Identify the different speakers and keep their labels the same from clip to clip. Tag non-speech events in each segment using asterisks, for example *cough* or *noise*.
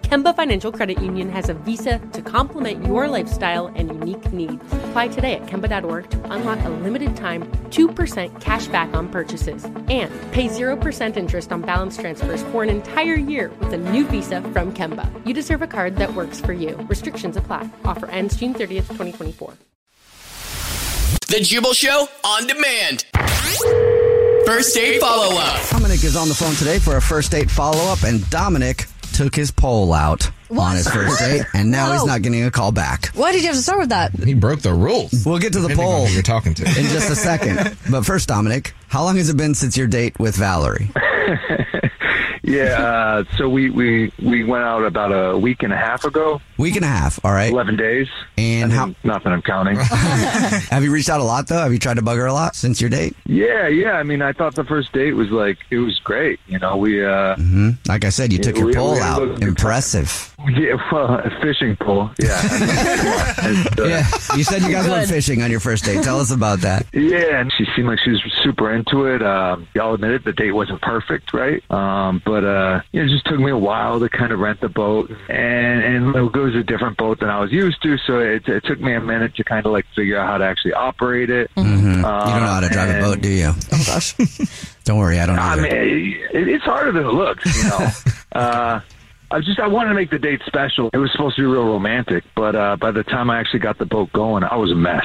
Speaker 1: Kemba Financial Credit Union has a visa to complement your lifestyle and unique needs. Apply today at Kemba.org to unlock a limited time 2% cash back on purchases and pay 0% interest on balance transfers for an entire year with a new visa from Kemba. You deserve a card that works for you. Restrictions apply. Offer ends June 30th, 2024.
Speaker 2: The Jubal Show on demand. First date follow up.
Speaker 3: Dominic is on the phone today for a first date follow up, and Dominic took his pole out on his first *laughs* date, and now he's
Speaker 4: Whoa.
Speaker 3: not getting a call back.
Speaker 4: Why did you have to start with that?
Speaker 5: He broke the rules.
Speaker 3: We'll get to the
Speaker 5: Depending on
Speaker 3: poll
Speaker 5: who you're talking to.
Speaker 3: in just a *laughs* second. But first, Dominic, how long has it been since your date with Valerie?
Speaker 6: Yeah, uh, so we, we we went out about a week and a half ago,
Speaker 3: Week and a half, all right?
Speaker 6: eleven days,
Speaker 3: And how
Speaker 6: not that
Speaker 3: *laughs*
Speaker 6: I'm counting.
Speaker 3: have you reached out a lot though? Have you tried to bug her a lot since your date?
Speaker 6: yeah, yeah. I mean, I thought the first date was like it was great. You know, we uh,
Speaker 3: Mm. Like I said, you took your
Speaker 6: we-
Speaker 3: pole
Speaker 6: we
Speaker 3: out.
Speaker 6: looked-
Speaker 3: Impressive.
Speaker 6: *laughs* yeah, well, a fishing pole.
Speaker 3: *laughs*
Speaker 6: Yeah, *laughs* And, uh,
Speaker 3: Yeah. *laughs* You said you guys went fishing on your first date. Tell us about that.
Speaker 6: Yeah, and she seemed like she was super into it. Um, I'll admit it, the date wasn't perfect, right? Um, but uh, you know, it just took me a while to kind of rent the boat, and and it was a different boat than I was used to, so it, it took me a minute to kind of like figure out how to actually operate it.
Speaker 3: You don't know how to drive a
Speaker 6: and-
Speaker 3: boat, do you? Oh gosh. *laughs* don't worry, I don't
Speaker 6: Uh, I
Speaker 3: either.
Speaker 6: mean, it, it's harder than it looks,
Speaker 3: *laughs*
Speaker 6: you know. uh, I just I wanted to make the date special. It was supposed to be real romantic, but uh, by the time I actually got the boat going, I was
Speaker 3: *laughs*
Speaker 6: a mess.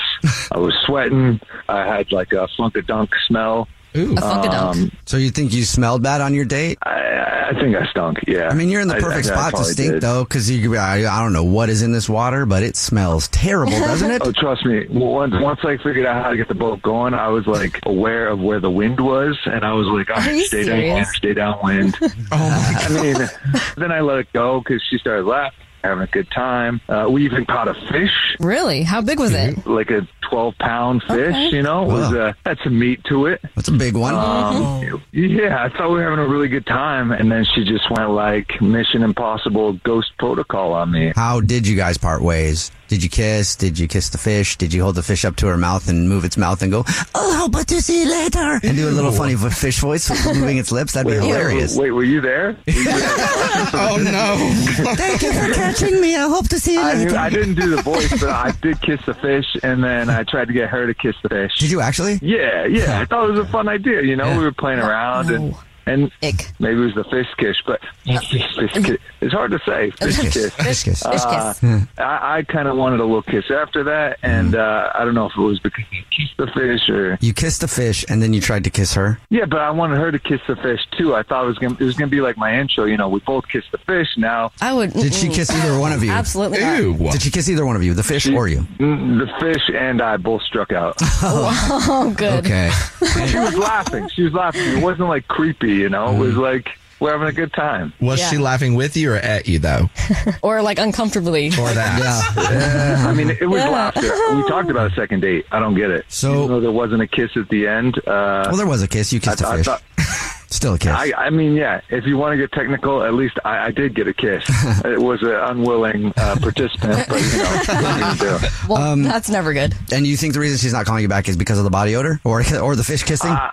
Speaker 6: I was sweating. I had like a funk-a-dunk smell.
Speaker 5: Ooh.
Speaker 4: A funkadunk.
Speaker 3: so you think you smelled bad on your date?
Speaker 6: I, I think I stunk. Yeah.
Speaker 3: I mean, you're in the perfect
Speaker 6: I- I
Speaker 3: spot to
Speaker 6: probably
Speaker 3: stink,
Speaker 6: did.
Speaker 3: though, because you. could be, I, I don't know what is in this water, but it smells terrible, doesn't it?
Speaker 6: *laughs* Oh, trust me. Once once I figured out how to get the boat going, I was like aware of where the wind was, and I was like, "All
Speaker 4: you
Speaker 6: right, stay down,
Speaker 4: serious?
Speaker 6: stay
Speaker 3: *laughs*
Speaker 6: downwind."
Speaker 5: Oh
Speaker 6: I mean, *laughs* then I let it go because she started laughing, having a good time. Uh, we even caught a fish, Mm-hmm.
Speaker 4: Really? How big was it?
Speaker 6: like a twelve pound fish.
Speaker 4: Okay.
Speaker 6: You know, It was
Speaker 3: Wow.
Speaker 6: uh, had some meat to it.
Speaker 3: That's a big one.
Speaker 6: Um, yeah, I thought we were having a really good time, and then she just went like Mission Impossible Ghost Protocol on me.
Speaker 3: How did you guys part ways? Did you kiss? Did you kiss the fish? Did you hold the fish up to her mouth and move its mouth and go, "Oh, but to see you later," and do a little funny v- fish voice, moving its lips? That'd be hilarious.
Speaker 6: Wait, were you there? Were you there?
Speaker 4: uh,
Speaker 5: Oh no!
Speaker 3: Thank you for catching me. I hope to see you
Speaker 4: *laughs*
Speaker 6: I, knew, I didn't do the voice, but I did kiss the fish, and then I tried to get her to kiss the fish.
Speaker 3: Did you actually?
Speaker 6: Yeah, yeah. I thought it was a fun idea. You know, we were playing around, and and
Speaker 4: Ick.
Speaker 6: maybe it was the fish kiss, but fish kiss. it's hard to *laughs* say. Fish kiss.
Speaker 3: Fish kiss.
Speaker 4: Fish
Speaker 6: Uh,
Speaker 4: kiss.
Speaker 6: I, I kind of wanted a little kiss after that, and uh, I don't know if it was because he kissed the fish or
Speaker 3: You kissed the fish and then you tried to kiss her.
Speaker 6: yeah, but I wanted her to kiss the fish too. I thought it was gonna, it was going to be like my intro. You know, we both kissed the fish. Now
Speaker 4: I would.
Speaker 3: Did she
Speaker 4: mm-mm.
Speaker 3: kiss either one of you?
Speaker 4: Absolutely not.
Speaker 5: Ew.
Speaker 3: Did she kiss either one of you, the fish or you?
Speaker 6: mm, the fish and I both struck *laughs* out.
Speaker 4: Oh, good.
Speaker 3: Okay.
Speaker 6: she was laughing. She was laughing. It wasn't like creepy, you know. It was like we're having a good time.
Speaker 5: Was she laughing with you or at you though?
Speaker 4: Or like uncomfortably.
Speaker 5: Or
Speaker 6: *laughs*
Speaker 5: that?
Speaker 3: Yeah.
Speaker 6: I mean, it was laughter. We talked about a second date. I don't get it.
Speaker 3: So-
Speaker 6: Even though there wasn't a kiss at the end. Uh,
Speaker 3: Well, there was a kiss. You
Speaker 6: I,
Speaker 3: kissed a
Speaker 6: I
Speaker 3: fish.
Speaker 6: thought
Speaker 3: Still a kiss.
Speaker 6: I, I mean, yeah. If you want to get technical, at least I, I did get
Speaker 3: *laughs*
Speaker 6: a kiss. it was an unwilling uh, participant, but you know, what can you do?
Speaker 4: Well,
Speaker 3: um,
Speaker 4: that's never good.
Speaker 3: and you think the reason she's not calling you back is because of the body odor or *laughs* or the fish kissing?
Speaker 6: Uh,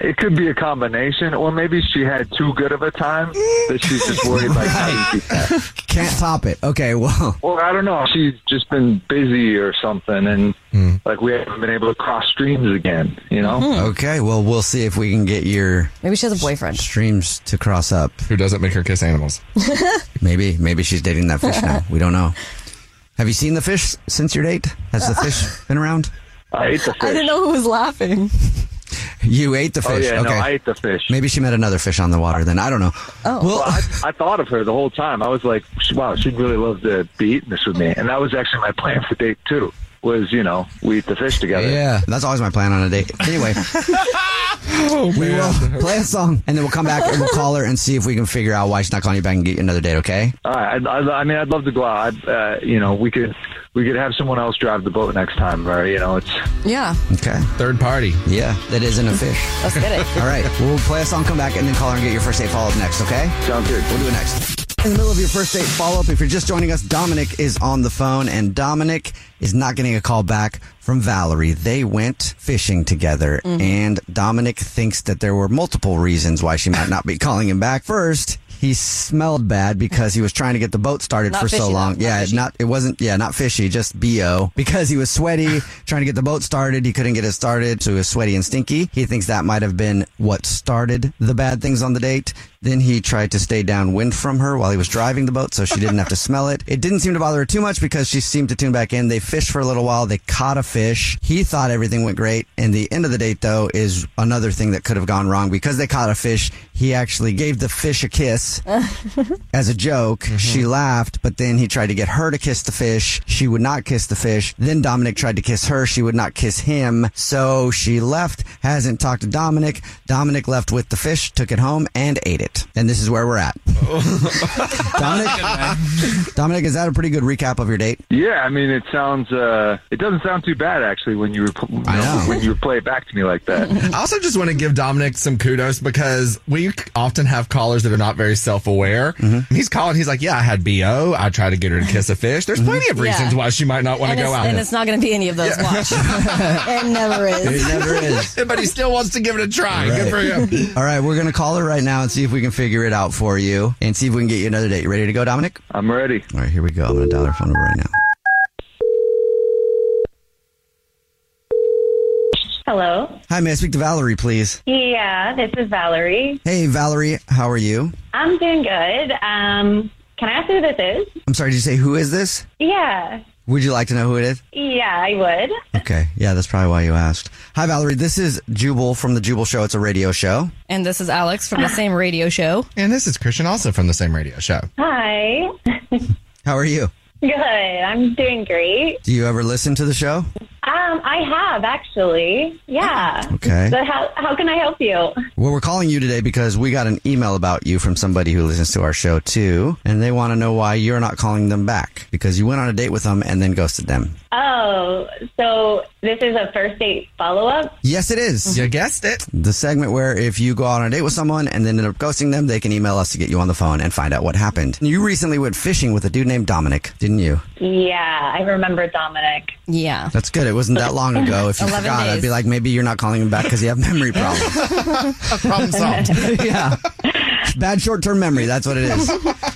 Speaker 6: It could be a combination, or maybe she had too good of a time that she's just worried like how do you keep that.
Speaker 3: Can't top it. Okay,
Speaker 6: *laughs*
Speaker 3: well, *laughs*
Speaker 6: Or I don't know, she's just been busy or something, and
Speaker 3: Hmm.
Speaker 6: like we haven't been able to cross streams again. You know,
Speaker 4: Hmm.
Speaker 3: okay, well, we'll see if we can get your
Speaker 4: Maybe she has a boyfriend.
Speaker 3: streams to cross up.
Speaker 5: Who doesn't make her kiss animals?
Speaker 3: Maybe, maybe she's dating that fish now. We don't
Speaker 6: *laughs*
Speaker 3: know. Have you seen the fish since your date? Has the
Speaker 6: *laughs*
Speaker 3: fish been around?
Speaker 6: I ate the fish.
Speaker 4: I didn't know who was laughing.
Speaker 3: You ate the
Speaker 6: Oh
Speaker 3: fish.
Speaker 6: yeah,
Speaker 3: okay.
Speaker 6: no, I ate the fish.
Speaker 3: Maybe she met another fish on the water. Then I don't know. Oh, well, *laughs*
Speaker 6: I, I thought of her the whole time. I was like, wow, she'd really love to be eating this with me. And that was actually my plan for date two. Was you know we eat the fish together.
Speaker 3: yeah, that's always my plan on a date.
Speaker 6: *laughs*
Speaker 3: Anyway,
Speaker 5: Oh,
Speaker 3: we will play a song and then we'll come back and we'll call her and see if we can figure out why she's not calling you back and get you another date. Okay?
Speaker 6: All right. I, I, I mean, I'd love to go out. I'd, uh, you know, we could we could have someone else drive the boat next time, or you know, it's
Speaker 4: Yeah,
Speaker 3: Okay.
Speaker 5: Third party.
Speaker 3: Yeah, that isn't a
Speaker 4: *laughs*
Speaker 3: fish.
Speaker 4: let's
Speaker 3: *laughs*
Speaker 4: get it.
Speaker 3: All right, we'll play a song, come back, and then call her and get your first date follow up next. Okay?
Speaker 6: sounds good.
Speaker 3: We'll do it next. In the middle of your first date follow up, if you're just joining us, Dominic is on the phone, and Dominic is not getting a call back from Valerie. They went fishing together,
Speaker 4: Mm-hmm.
Speaker 3: and Dominic thinks that there were multiple reasons why she might not be calling him back. First, he smelled bad because he was trying to get the boat started
Speaker 4: Not
Speaker 3: for so
Speaker 4: fishy,
Speaker 3: long.
Speaker 4: though. Not
Speaker 3: yeah,
Speaker 4: fishy.
Speaker 3: not it wasn't yeah not fishy, just bo because he was sweaty trying to get the boat started. He couldn't get it started, so he was sweaty and stinky. He thinks that might have been what started the bad things on the date. Then he tried to stay downwind from her while he was driving the boat, so she didn't have to smell it. It didn't seem to bother her too much because she seemed to tune back in. They fished for a little while. They caught a fish. He thought everything went great. And the end of the date, though, is another thing that could have gone wrong because they caught a fish. He actually gave the fish a kiss as a joke. She laughed, but then he tried to get her to kiss the fish. She would not kiss the fish. Then Dominic tried to kiss her. She would not kiss him. So she left, hasn't talked to Dominic. Dominic left with the fish, took it home, and ate it. And this is where *laughs* we're at. Dominic, Dominic, is that a pretty good recap of your date?
Speaker 6: Yeah, I mean, it sounds uh, it doesn't sound too bad actually when you, rep- you
Speaker 3: I know.
Speaker 6: when you play it back to me like that.
Speaker 5: I also just want to give Dominic some kudos because we often have callers that are not very self aware.
Speaker 4: Mm-hmm.
Speaker 5: He's calling, he's like, Yeah, I had BO. I tried to get her to kiss a fish. There's plenty of
Speaker 4: Mm-hmm. Yeah.
Speaker 5: reasons why she might not want
Speaker 4: And
Speaker 5: to
Speaker 4: it's,
Speaker 5: go out.
Speaker 4: and it's not going to be any of those. Watch. *laughs* it never is.
Speaker 3: never is.
Speaker 5: but he still wants to give it a try. Good for *laughs* him.
Speaker 3: All right, we're going to call her right now and see if we can figure it out for you and see if we can get you another date. You ready to go, Dominic?
Speaker 6: I'm ready.
Speaker 3: All right, here we go. I'm going to dial her phone number right now.
Speaker 7: Hello.
Speaker 3: Hi, may I speak to Valerie, please?
Speaker 7: Yeah, this is Valerie.
Speaker 3: Hey, Valerie, how are you?
Speaker 7: I'm doing good. Um, can I ask who this is?
Speaker 3: I'm sorry, did you say who is this?
Speaker 7: Yeah.
Speaker 3: Would you like to know who it is?
Speaker 7: Yeah, I would.
Speaker 3: Okay, yeah, that's probably why you asked. Hi, Valerie. This is Jubal from the Jubal Show. It's a radio show.
Speaker 4: And this is Alex from the same radio show.
Speaker 5: And this is Christian, also from the same radio show.
Speaker 7: Hi.
Speaker 3: How are you?
Speaker 7: good. I'm doing great.
Speaker 3: Do you ever listen to the show?
Speaker 7: Um, I have actually. Yeah.
Speaker 3: Okay.
Speaker 7: So how how can I help you?
Speaker 3: Well, we're calling you today because we got an email about you from somebody who listens to our show too, and they want to know why you're not calling them back because you went on a date with them and then ghosted them.
Speaker 7: Oh, so this is a first date follow up.
Speaker 3: Yes, it is.
Speaker 5: You guessed it.
Speaker 3: The segment where if you go on a date with someone and then end up ghosting them, they can email us to get you on the phone and find out what happened. You recently went fishing with a dude named Dominic, didn't you?
Speaker 7: Yeah, I remember Dominic.
Speaker 4: Yeah.
Speaker 3: That's good. It wasn't that long ago. If you
Speaker 4: 11
Speaker 3: forgot, I'd
Speaker 4: days.
Speaker 3: be like, maybe you're not calling him back because you have memory problems.
Speaker 5: Problem solved.
Speaker 3: yeah. Bad short term memory. That's what it is.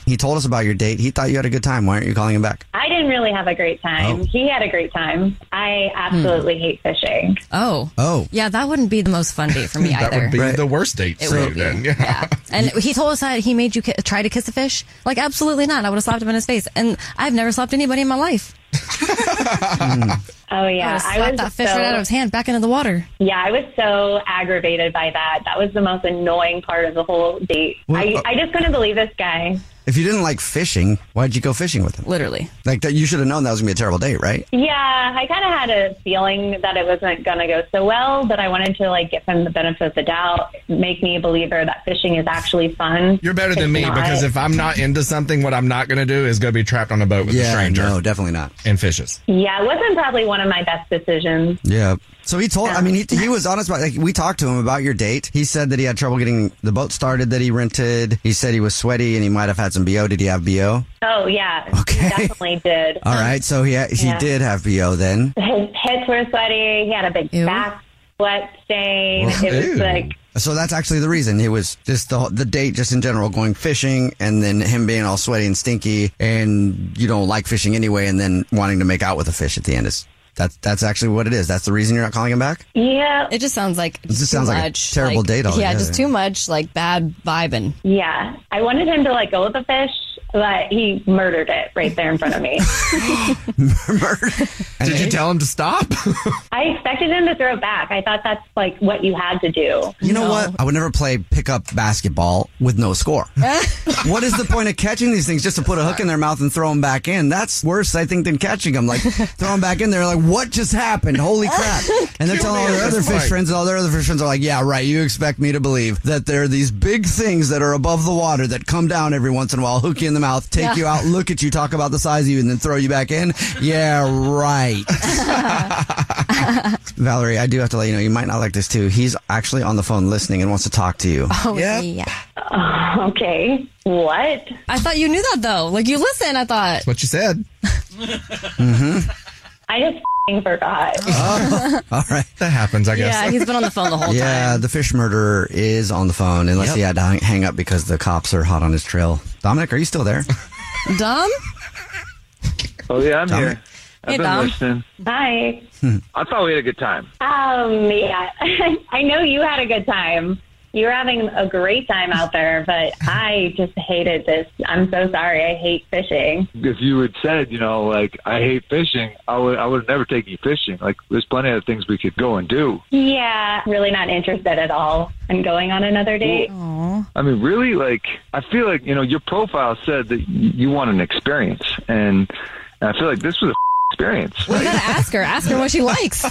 Speaker 3: He told us about your date. He thought you had a good time. Why aren't you calling him back?
Speaker 7: I didn't really have a great time.
Speaker 3: Oh.
Speaker 7: He had a great time. I absolutely hate fishing.
Speaker 4: Oh.
Speaker 3: Oh.
Speaker 4: Yeah, that wouldn't be the most fun date for
Speaker 3: *laughs*
Speaker 4: me
Speaker 5: That
Speaker 4: either.
Speaker 5: would be
Speaker 3: Right.
Speaker 5: the worst date.
Speaker 4: It
Speaker 5: so
Speaker 4: would be.
Speaker 5: then,
Speaker 4: Yeah.
Speaker 5: yeah.
Speaker 4: And he told us that he made you ki- try to kiss a fish. Like, absolutely not. I would have slapped him in his face. And I've never slapped anybody in my life.
Speaker 7: Oh
Speaker 4: I would
Speaker 7: yeah,
Speaker 4: have slapped that fish right out of his hand back into the water.
Speaker 7: Yeah, I was so aggravated by that. That was the most annoying part of the whole date.
Speaker 3: Well,
Speaker 7: I,
Speaker 3: uh,
Speaker 7: I just couldn't believe this guy.
Speaker 3: If you didn't like fishing, why'd you go fishing with him?
Speaker 4: Literally.
Speaker 3: Like that, you should have known that was gonna be a terrible date, right?
Speaker 7: Yeah, I kind of had a feeling that it wasn't going to go so well, but I wanted to like give him the benefit of the doubt, make me a believer that fishing is actually fun.
Speaker 5: *laughs* You're better than
Speaker 7: It's
Speaker 5: me
Speaker 7: not.
Speaker 5: because if I'm not into something, what I'm not going to do is go be trapped on a boat with a
Speaker 3: Yeah,
Speaker 5: stranger
Speaker 3: no, definitely not.
Speaker 5: and fishes.
Speaker 7: yeah, it wasn't probably one of my best decisions.
Speaker 3: Yeah. So he told, I mean, he, he was honest about, like, we talked to him about your date. He said that he had trouble getting the boat started that he rented. He said he was sweaty and he might have had some BO. Did he have BO?
Speaker 7: Oh yeah,
Speaker 3: Okay.
Speaker 7: he definitely did.
Speaker 3: All right. So he, ha- he
Speaker 7: Um, Yeah.
Speaker 3: did have BO then.
Speaker 7: His hits were sweaty. He had a big
Speaker 4: Ew.
Speaker 7: back sweat stain.
Speaker 5: Well,
Speaker 7: it was
Speaker 5: ew.
Speaker 7: like
Speaker 3: So that's actually the reason. It was just the, whole- the date, just in general, going fishing and then him being all sweaty and stinky and you don't like fishing anyway and then wanting to make out with a fish at the end is. That's that's actually what it is. That's the reason you're not calling him back. *laughs*
Speaker 7: yeah,
Speaker 4: It just sounds like
Speaker 3: just
Speaker 4: too
Speaker 3: sounds like a
Speaker 4: much,
Speaker 3: terrible
Speaker 4: like-
Speaker 3: date
Speaker 4: Yeah,
Speaker 3: altogether.
Speaker 4: just too much like bad vibing.
Speaker 7: yeah. I wanted him to let go of the fish, but he murdered it right there in front of me.
Speaker 5: Did you tell him to stop?
Speaker 7: I expected him to throw it back. I thought that's like what you had to do.
Speaker 3: You know
Speaker 4: No.
Speaker 3: what? I would never play pickup basketball with no score. what is the point of catching these things just to put a hook in their mouth and throw them back in? That's worse, I think, than catching them. Like throw them back in there, like what just happened? Holy crap! And they're
Speaker 5: Kill
Speaker 3: telling all
Speaker 5: me
Speaker 3: their
Speaker 5: at
Speaker 3: other
Speaker 5: this
Speaker 3: fish
Speaker 5: point.
Speaker 3: friends, and all their other fish friends are like, "Yeah, right. You expect me to believe that there are these big things that are above the water that come down every once in a while, hook you in the mouth, take
Speaker 4: Yeah.
Speaker 3: you out, look at you, talk about the size of you, and then throw you back in? Yeah,
Speaker 4: *laughs*
Speaker 3: right." Valerie, I do have to let you know you might not like this too. He's actually on the phone listening and wants to talk to you.
Speaker 4: Oh
Speaker 5: Yep.
Speaker 4: yeah.
Speaker 7: *laughs* Okay, what?
Speaker 4: I thought you knew that though. Like you listen. I thought.
Speaker 5: what you said.
Speaker 7: I just f***ing forgot.
Speaker 3: All right.
Speaker 5: That happens, I guess.
Speaker 4: Yeah, he's been on the phone the whole
Speaker 3: Yeah,
Speaker 4: time.
Speaker 3: the fish murderer is on the phone unless he had to hang- hang up because the cops are hot on his trail. Dominic, are you still *laughs* there?
Speaker 4: Dumb.
Speaker 6: Oh yeah, I'm
Speaker 3: Dominic?
Speaker 6: here. I've
Speaker 4: Hey,
Speaker 6: been
Speaker 4: Dom.
Speaker 6: listening.
Speaker 7: Hi.
Speaker 6: I thought we had a good time.
Speaker 7: Um, yeah, *laughs* I know you had a good time. You were having a great time out there, but I just hated this. I'm so sorry. I hate fishing.
Speaker 6: If you had said, you know, like I hate fishing, I would I would have never taken you fishing. Like there's plenty of things we could go and do.
Speaker 7: Yeah, really not interested at all in going on another date.
Speaker 6: I mean, really, like I feel like you know your profile said that y- you want an experience, and I feel like this was a experience.
Speaker 4: We gotta ask her. Ask her what she likes.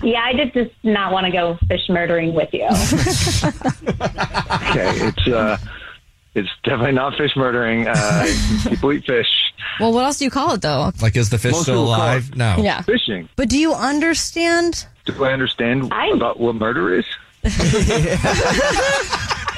Speaker 7: Yeah, I did just not want to go fish murdering with you.
Speaker 6: Okay, it's uh, it's definitely not fish murdering. Uh, *laughs* people eat fish.
Speaker 4: Well, what else do you call it though?
Speaker 5: Like, is the fish
Speaker 6: Most
Speaker 5: still
Speaker 6: people call
Speaker 5: alive?
Speaker 6: it-
Speaker 5: No.
Speaker 4: Yeah.
Speaker 6: Fishing.
Speaker 4: But do you understand?
Speaker 6: Do I understand
Speaker 7: I-
Speaker 6: about what murder is?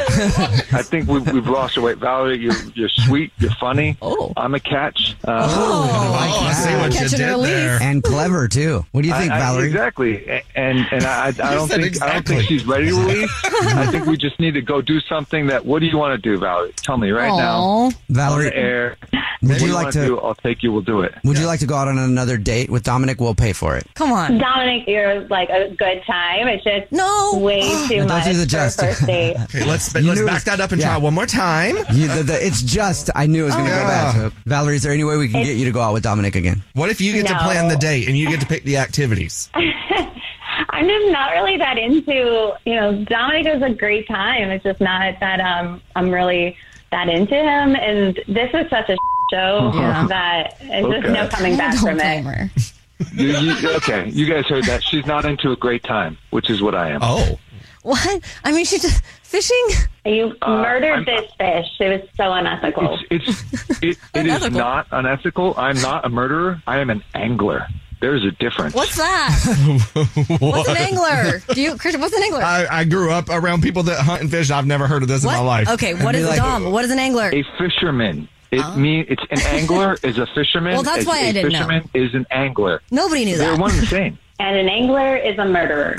Speaker 6: I think we, we've lost our way. Valerie, you're, you're sweet, you're funny.
Speaker 4: Oh.
Speaker 6: I'm a catch. Uh,
Speaker 5: Oh, I see what
Speaker 4: Catch
Speaker 5: you
Speaker 4: and
Speaker 5: did
Speaker 4: release.
Speaker 5: there.
Speaker 3: and clever too. What do you think,
Speaker 6: I- I-
Speaker 3: Valerie?
Speaker 6: exactly, A- and and I, I don't
Speaker 5: said
Speaker 6: think I don't think
Speaker 5: exactly.
Speaker 6: she's ready to release. I think we just need to go do something that. What do you want to do, Valerie? Tell me right now.
Speaker 4: Aw.
Speaker 6: On the
Speaker 3: Valerie,
Speaker 6: air.
Speaker 3: would
Speaker 6: What
Speaker 3: you
Speaker 6: do
Speaker 3: like
Speaker 6: wanna
Speaker 3: to
Speaker 6: Do, I'll take you. We'll do it.
Speaker 3: would you like to go out on another date with Dominic? We'll pay for it.
Speaker 4: Come on.
Speaker 7: Dominic, you're like a good time. It's just
Speaker 4: No.
Speaker 7: way too
Speaker 3: No, don't
Speaker 7: much
Speaker 3: do the
Speaker 7: for a
Speaker 3: Justin. *laughs*
Speaker 7: first date.
Speaker 5: Okay, let's
Speaker 3: You
Speaker 5: let's
Speaker 3: knew it
Speaker 5: back
Speaker 3: was-
Speaker 5: that up and
Speaker 3: yeah.
Speaker 5: try one more time.
Speaker 3: You, the, the, it's just I knew it was going to go bad. So, Valerie, is there any way we can get you to go out with Dominic again?
Speaker 5: What if you get to
Speaker 7: No.
Speaker 5: plan the date and you get to pick the *laughs* activities?
Speaker 7: I'm just not really that into, you know, Dominic is a great time. It's just not that um, I'm really that into him. And this is such a *laughs* show
Speaker 4: *laughs* Yeah.
Speaker 7: that it's just
Speaker 6: Okay.
Speaker 7: no coming back
Speaker 4: Don't
Speaker 7: from
Speaker 4: blame
Speaker 7: it.
Speaker 4: her.
Speaker 6: You, you, okay, you guys heard that. She's not into a great time, which is what I am.
Speaker 5: Oh, *laughs*
Speaker 4: What? I mean, she just fishing.
Speaker 7: You murdered
Speaker 6: Uh, I'm-
Speaker 7: this fish. It was so unethical.
Speaker 6: It's
Speaker 4: *laughs*
Speaker 6: it, it is
Speaker 4: Unethical.
Speaker 6: not unethical. I'm not a murderer. I am an angler. There's a difference.
Speaker 4: What's that? What's an angler? Do you, Christian? What's an angler?
Speaker 5: I, I grew up around people that hunt and fish. I've never heard of this
Speaker 4: what?
Speaker 5: in my life.
Speaker 4: Okay. What
Speaker 3: I'd
Speaker 4: is
Speaker 3: be
Speaker 4: a
Speaker 3: like-
Speaker 4: dom? What is an angler?
Speaker 6: a fisherman? It mean it's an angler is a fisherman.
Speaker 4: Oh. Well, that's
Speaker 6: is
Speaker 4: why
Speaker 6: a
Speaker 4: I didn't know.
Speaker 6: fisherman is an angler.
Speaker 4: Nobody knew
Speaker 6: They're
Speaker 4: that.
Speaker 6: one and
Speaker 4: *laughs*
Speaker 6: the same.
Speaker 7: and an angler is a murderer.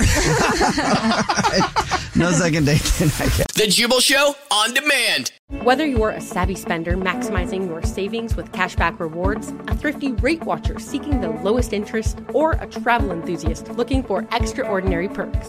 Speaker 3: No second date *laughs* tonight.
Speaker 2: The Jubal Show on demand.
Speaker 1: Whether you're a savvy spender maximizing your savings with cashback rewards, a thrifty rate watcher seeking the lowest interest, or a travel enthusiast looking for extraordinary perks,